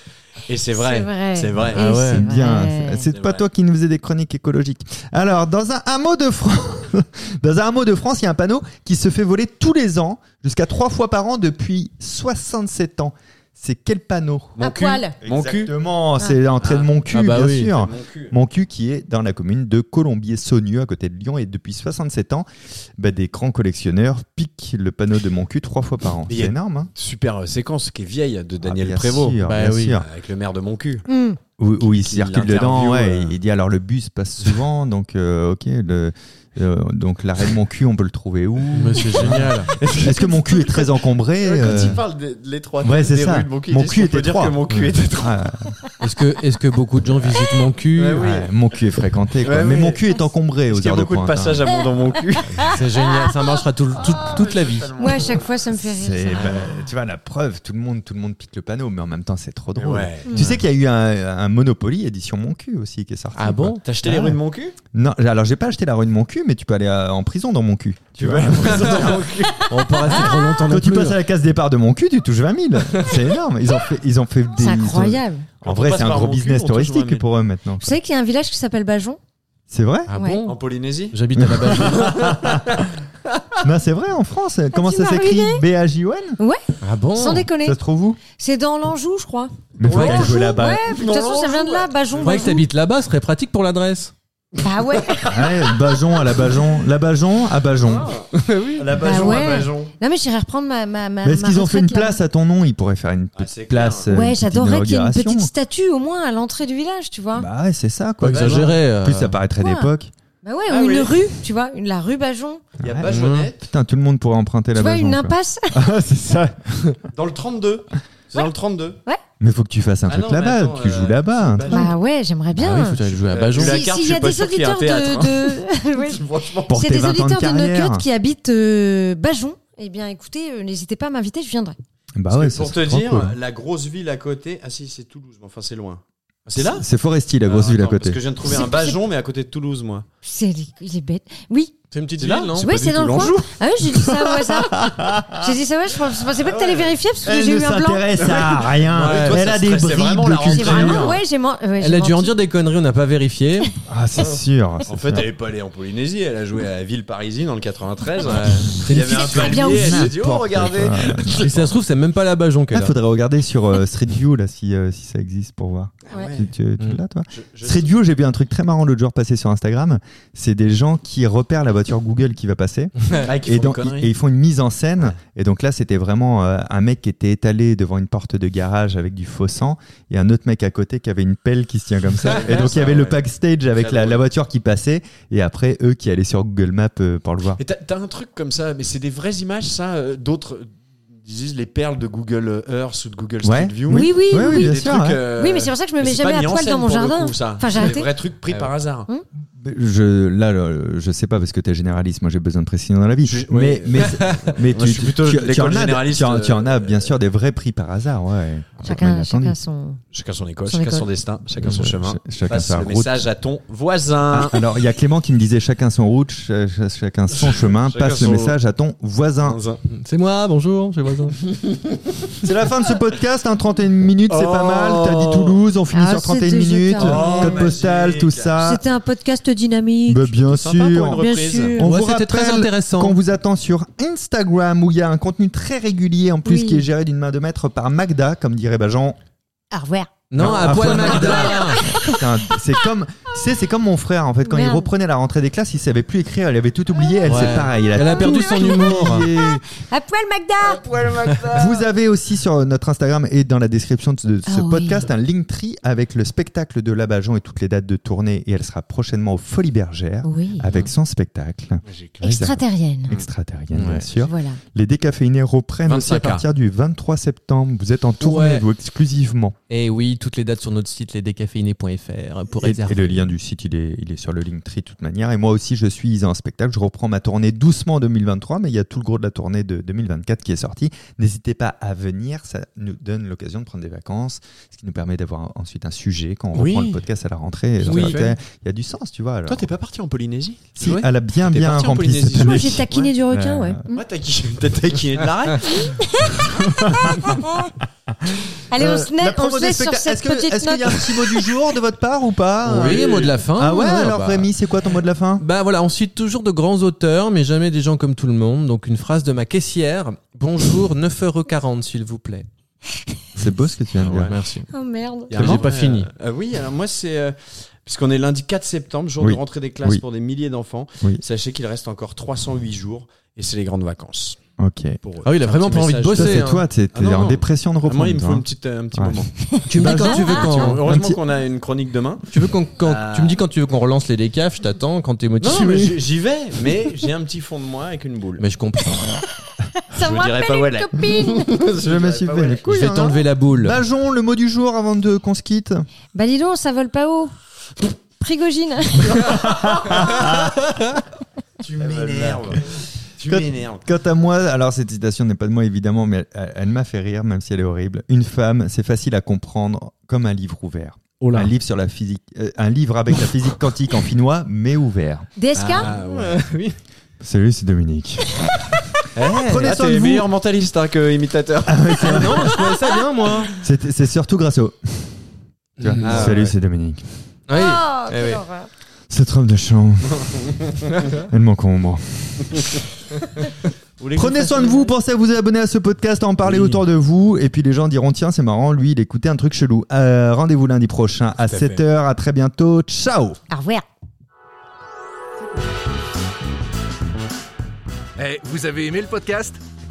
Et c'est vrai.
C'est vrai.
C'est vrai.
Et Ah ouais.
C'est
vrai.
bien. C'est- C'est
C'est
pas
vrai.
toi qui nous faisais des chroniques écologiques. Alors, dans un hameau de France, <laughs> dans un hameau de France, il y a un panneau qui se fait voler tous les ans, jusqu'à trois fois par an depuis 67 ans. C'est quel panneau
À poil.
Mon cul.
Exactement, c'est l'entrée de mon cul,
Ah bah
bien
oui.
sûr.
Mon cul.
Mon cul qui est dans la commune de Colombier-Saunieu, à côté de Lyon, et depuis 67 ans, bah, des grands collectionneurs piquent le panneau de mon cul trois fois par an.
Mais
C'est
il y a-
énorme, hein
Super euh, séquence qui est vieille de Daniel
Ah, bien
Prévost. euh,
sûr,
Bah
bien
oui.
sûr.
Avec le maire de mon cul.
Hmm.
Où, où il
Qui
circule dedans, ouais,
l'interviewe, euh.
il dit alors le bus passe souvent, <laughs> donc euh, ok, le, euh, donc l'arrêt de mon cul, on peut le trouver où
Mais c'est génial.
Est-ce que mon cul est très encombré
Quand
euh,
il parle de, de l'étroitesse
Ouais, c'est
des
ça.
rues de mon cul, il
Mon
dit,
cul
on
est
peut dire
étroit.
que mon cul est étroit.
Ah,
<laughs> Est-ce que, est-ce que beaucoup de gens visitent mon cul
Ouais, <laughs> oui.
ouais, mon cul est fréquenté, quoi.
Ouais,
mais
oui.
mon cul est encombré
Parce
aux
qu'il y a
heures de
beaucoup de
pointe. hein.
passages à mon dans
<laughs>
mon cul.
Ah, C'est génial. Ça marchera tout- tout- toute la vie.
Moi, à chaque fois, ça me fait
C'est,
rire. ça.
bah, tu vois, la preuve, tout le monde, tout le monde pique le panneau, mais en même temps, c'est trop drôle.
Ouais.
Tu sais qu'il y a eu un, un Monopoly édition Mon cul aussi qui est sorti.
Ah bon
T'as acheté
Ah
les
ouais.
rues de mon cul
quoi. Non, j'ai- alors j'ai pas acheté la rue de Mon cul, mais tu peux aller euh, en prison dans Mon cul. Tu vois.
<laughs> On peut rester trop longtemps
Quand
non
tu
plus.
passes à la case départ de Mon cul, tu touches 20
<laughs>
000. C'est énorme. Ils ont fait, ils ont fait des.
C'est incroyable.
ils ont- En vrai,
passe
c'est un
par
gros
Mon cul,
business
on touche 20 000.
touristique pour eux maintenant.
Vous savez qu'il y a un village qui s'appelle Bajon
C'est vrai
Ah
Ouais.
bon
En Polynésie
J'habite à
<laughs>
la base.
Non, c'est vrai en France. Comment
tu
ça
m'as
s'écrit B-A-J-O-N
Ah bon
Sans déconner.
Ça se trouve où
C'est dans l'Anjou, je crois.
Mais
Ouais,
faut aller
L'Anjou,
jouer là-bas.
ouais, de toute façon, ça vient de là,
Je
Bajon.
croyais que
Bajon.
t'habites là-bas, ce serait pratique pour l'adresse.
Bah ouais.
Ouais, Bajon à la Bajon. La Bajon à Bajon.
Ah. La
Bah
Bajon,
ouais.
la Bajon.
Non mais j'irai reprendre ma ma ma.
Mais est-ce
ma
qu'ils ont fait une
retraite, là.
place à ton nom Ils pourraient faire une
Ah,
petite
c'est clair.
place. euh, une
Ouais,
petite
j'adorerais qu'il y ait une
inauguration.
petite statue au moins à l'entrée du village, tu vois. Bah,
Bah ouais, c'est ça
Pas
quoi.
exagéré.
En
euh,
plus, ça paraîtrait
Ouais.
d'époque.
Bah ouais,
Ah
ou
oui.
une rue, tu vois, une, la rue Bajon.
Il y a
Ouais.
Bajonette
Putain, tout le monde pourrait emprunter
Tu
la
vois,
Bajon.
une
quoi.
impasse.
Ah, <laughs> c'est ça.
dans le 32. C'est dans le 32.
Mais faut que tu fasses un
Ah
truc
non, mais
là-bas.
attends,
Tu
euh,
joues là-bas.
c'est Bajon.
Bah ouais, j'aimerais
Ah
bien.
oui, faut aller jouer à Bajon.
Euh, la
Si-
carte,
S'il
je
y
suis
a
pas
des
sûr qu'il y ait un
auditeurs de, de... <laughs> Ouais.
<laughs> Franchement.
Pour
S'il
tes
y a des
20 ans de
auditeurs de
carrière.
Nocut qui habitent euh, Bajon, eh bien écoutez, euh, n'hésitez pas à m'inviter, je viendrai.
Bah ouais,
Parce que
ça
pour te
serait trop
dire,
cool.
la grosse ville à côté. Ah si, c'est Toulouse, mais enfin c'est loin. Ah, C'est là
C'est Foresti, la grosse
Alors,
ville à
attends,
côté.
Parce que je viens de trouver
C'est-
un Bajon, mais à côté de Toulouse, moi.
C'est il est bête. Oui.
C'est une petite
C'est là
ville, non
Oui, c'est dans le coin. Ah oui, j'ai dit ça au hasard.
<laughs>
J'ai dit ça ouais, je pense- je pensais pas que
Ah
t'allais vérifier parce que j'ai eu un blanc.
à rien.
<laughs> Ouais, toi, ça serait- c'est vraiment la
J'ai
rentrée.
vraiment ouais, j'ai man- ouais,
Elle
j'ai
a dû en
menti.
dire des conneries, on n'a pas vérifié.
<laughs> Ah, c'est sûr. Ah, c'est
En fait,
sûr.
elle est pas allée en Polynésie, elle a joué à la ville parisienne dans le 93.
Ah,
une
Il y avait un
fille très bien
palmier, elle
aussi.
s'est dit Oh,
N'importe
regardez
quoi.
Et ça se trouve, c'est même pas la Bajon
Ah,
qu'elle a.
faudrait regarder sur euh, Street View là si, euh, si ça existe pour voir.
Ouais.
Tu, tu- tu
Mm.
l'as toi
Je- je-
Street View, j'ai vu un truc très marrant l'autre jour passer sur Instagram. C'est des gens qui repèrent la voiture Google qui va passer
Ah, qui
et,
font des
donc-
conneries.
et ils font une mise en scène. Et donc là, c'était vraiment euh, un mec qui était étalé devant une porte de garage avec du faux sang et un autre mec à côté qui avait une pelle qui se tient comme
<laughs>
ça. Et donc il y
Ça,
avait le
ouais.
backstage avec
Très
la,
drôle.
la voiture qui passait et après eux qui allaient sur Google Maps euh, pour le voir.
Et t'as- t'as un truc comme ça, mais c'est des vraies images, ça. euh, D'autres disent les perles de Google Earth ou de Google Street
Ouais.
View.
Oui, oui,
Ouais,
oui.
oui,
Des
bien sûr,
trucs,
ouais.
euh,
Oui, mais c'est pour ça que je me
mais
mets
c'est pas
jamais à
mis en
poil
scène
dans mon
pour le
jardin.
coup, ça.
Enfin, j'ai
C'est
arrêté.
des vrais trucs pris par hasard.
Je, là, le- je sais pas parce que t'es généraliste. Moi, j'ai besoin de précision dans la vie.
Je-
mais,
ouais.
mais,
<laughs>
mais
Moi,
tu,
je suis plutôt
tu-
de
tu
l'école
en as,
généraliste,
tu en- tu en as
euh,
bien sûr des vrais prix par hasard, ouais. Bien
Chacun,
entendu.
chacun son.
Chacun son école,
Son
chacun
école.
son destin, chacun son
Ch-
chemin.
ch- chacun
Passe
sa
le
route. Ah,
message à ton voisin.
Alors, il y a Clément qui me disait chacun son route, ch- ch- chacun son chemin.
Chacun
Passe
son-
le message à ton voisin.
C'est moi, bonjour, c'est voisin.
C'est la fin de ce podcast, hein, 31 minutes, c'est pas mal. T'as dit Toulouse, on finit
Ah,
sur 31
c'était
minutes.
génial.
Code
Oh,
postal,
magique.
tout ça.
C'était un podcast dynamique.
Ah. Bah, bien
sympa pour une
sûr.
Bien
reprise.
sûr.
On
Ouais,
vous
c'était très
rappelle
intéressant.
Qu'on vous attend sur Instagram où il y a un contenu très régulier en plus
Oui.
qui est géré d'une main de maître par Magda, comme dirait Bajan.
Au revoir.
Non,
Non,
à
à
poil
poil
Magda.
Putain, C'est comme, c'est c'est comme mon frère en fait quand il
Merde.
reprenait la rentrée des classes, il savait plus écrire, il avait tout oublié. Elle
Ouais.
c'est pareil,
Elle a
tout
perdu son
oublié.
humour.
À poil, Magda.
Vous avez aussi sur notre Instagram et dans la description de ce
Ah oui.
podcast un link tree avec le spectacle de Labajon et toutes les dates de tournée. Et elle sera prochainement aux Folies
Ah,
Bergères
Oui.
avec son spectacle
Extraterrienne.
extraterrien,
Ouais.
bien sûr.
Voilà.
Les décaféinés reprennent aussi à
25K.
partir du 23 septembre. Vous êtes en tournée,
Ouais.
vous, exclusivement.
Et Eh oui, toutes les dates sur notre site lesdécaféinés.fr pour
Et,
réserver.
et le lien du site, il est, il est sur le Linktree de toute manière. Et moi aussi, je suis en spectacle. Je reprends ma tournée doucement en 2023, mais il y a tout le gros de la tournée de 2024 qui est sorti. N'hésitez pas à venir. Ça nous donne l'occasion de prendre des vacances, ce qui nous permet d'avoir ensuite un sujet quand on
Oui.
reprend le podcast à la rentrée.
Tout
Genre,
à
il y a-
fait.
il y a du sens, tu vois. alors.
Toi, t'es pas parti en Polynésie
si,
Ouais.
elle a bien,
T'es
bien
parti en
rempli
Polynésie.
cette
Ah,
Moi,
année.
j'ai taquiné du requin, ouais.
Ouais, t'as qui- <laughs> t'as taquiné
Ah,
de l'arrêt
Ah.
<laughs> Allez, on
Euh,
se met,
la
on
promo
se
des
laisse sur
spectacles.
cette
Est-ce que-
petite
Est-ce
note.
qu'il y a un petit mot du jour de votre part ou pas euh
Oui, mot de la fin.
Ah ouais, alors
bah.
Rémi, c'est quoi ton mot de la fin
Bah voilà, on cite toujours de grands auteurs, mais jamais des gens comme tout le monde. Donc une phrase de ma caissière. Bonjour, 9,40€ s'il vous plaît.
C'est beau ce que tu viens de dire.
Merci.
Oh merde.
Il y a un
J'ai
moment,
pas
euh,
fini.
euh, oui, alors moi, c'est. euh, Puisqu'on est lundi 4 septembre, jour
Oui.
de rentrée des classes
Oui.
pour des milliers d'enfants.
Oui.
Sachez qu'il reste encore 308 jours et c'est les grandes vacances
Ok.
pour eux.
Ah oui, il a vraiment
Petit
pas envie de
message.
Ça,
bosser.
c'est
hein.
toi, t'es t'es
Ah non,
en
non.
dépression de
Ah,
reprendre.
Moi, il me faut
hein.
un petit, euh, un petit
Ouais.
moment.
<laughs>
Tu me dis
Bah,
quand Ah, tu veux
Bon,
quand.
Heureusement
Un petit-
qu'on a une chronique demain.
Tu veux qu'on- quand-
Ah.
tu me dis quand tu veux qu'on relance les décafs, je t'attends quand t'es
Non,
motivé.
non, mais j'y j'y vais, mais j'ai un petit fond de moi avec une boule.
Mais je comprends.
Ça
vous
me
dirai
rappelle
pas où elle
une
est.
copine.
Je me suis fait les couilles.
je vais
hein.
t'enlever la boule.
Bajon, le mot du jour avant de qu'on se quitte.
Bah, dis donc, ça vole pas haut. Prigogine.
Ah. Tu m'énerves. Eh ben, Tu
Quand-
m'énerves.
Quant à moi, alors cette citation n'est pas de moi évidemment, mais elle, elle m'a fait rire, même si elle est horrible. Une femme, c'est facile à comprendre comme un livre ouvert.
Oh
Un livre sur la physique, euh, un livre avec la physique quantique en finnois, mais ouvert.
DSK
Ah, ouais.
Salut, c'est Dominique.
Eh.
Prenez
Ah,
soin de
t'es
vous.
meilleur mentaliste hein, que imitateur.
non, je trouvais ça bien moi.
C'est c'est surtout grâce au. Tu vois,
Ah,
Salut,
ouais.
c'est Dominique.
Oui.
Oh,
Eh oui.
quelle horreur.
Cette robe de
<laughs>
chambre, elle m'encombre.
Vous voulez qu'on
Prenez
fasse
soin de
une-
vous, pensez à vous abonner à ce podcast, à en parler
Oui.
autour de vous, et puis les gens diront tiens c'est marrant, lui il écoutait un truc chelou. Euh, Rendez-vous lundi prochain à
Tout à fait.
7h, à très bientôt, ciao
Au revoir.
Eh, vous avez aimé le podcast Eh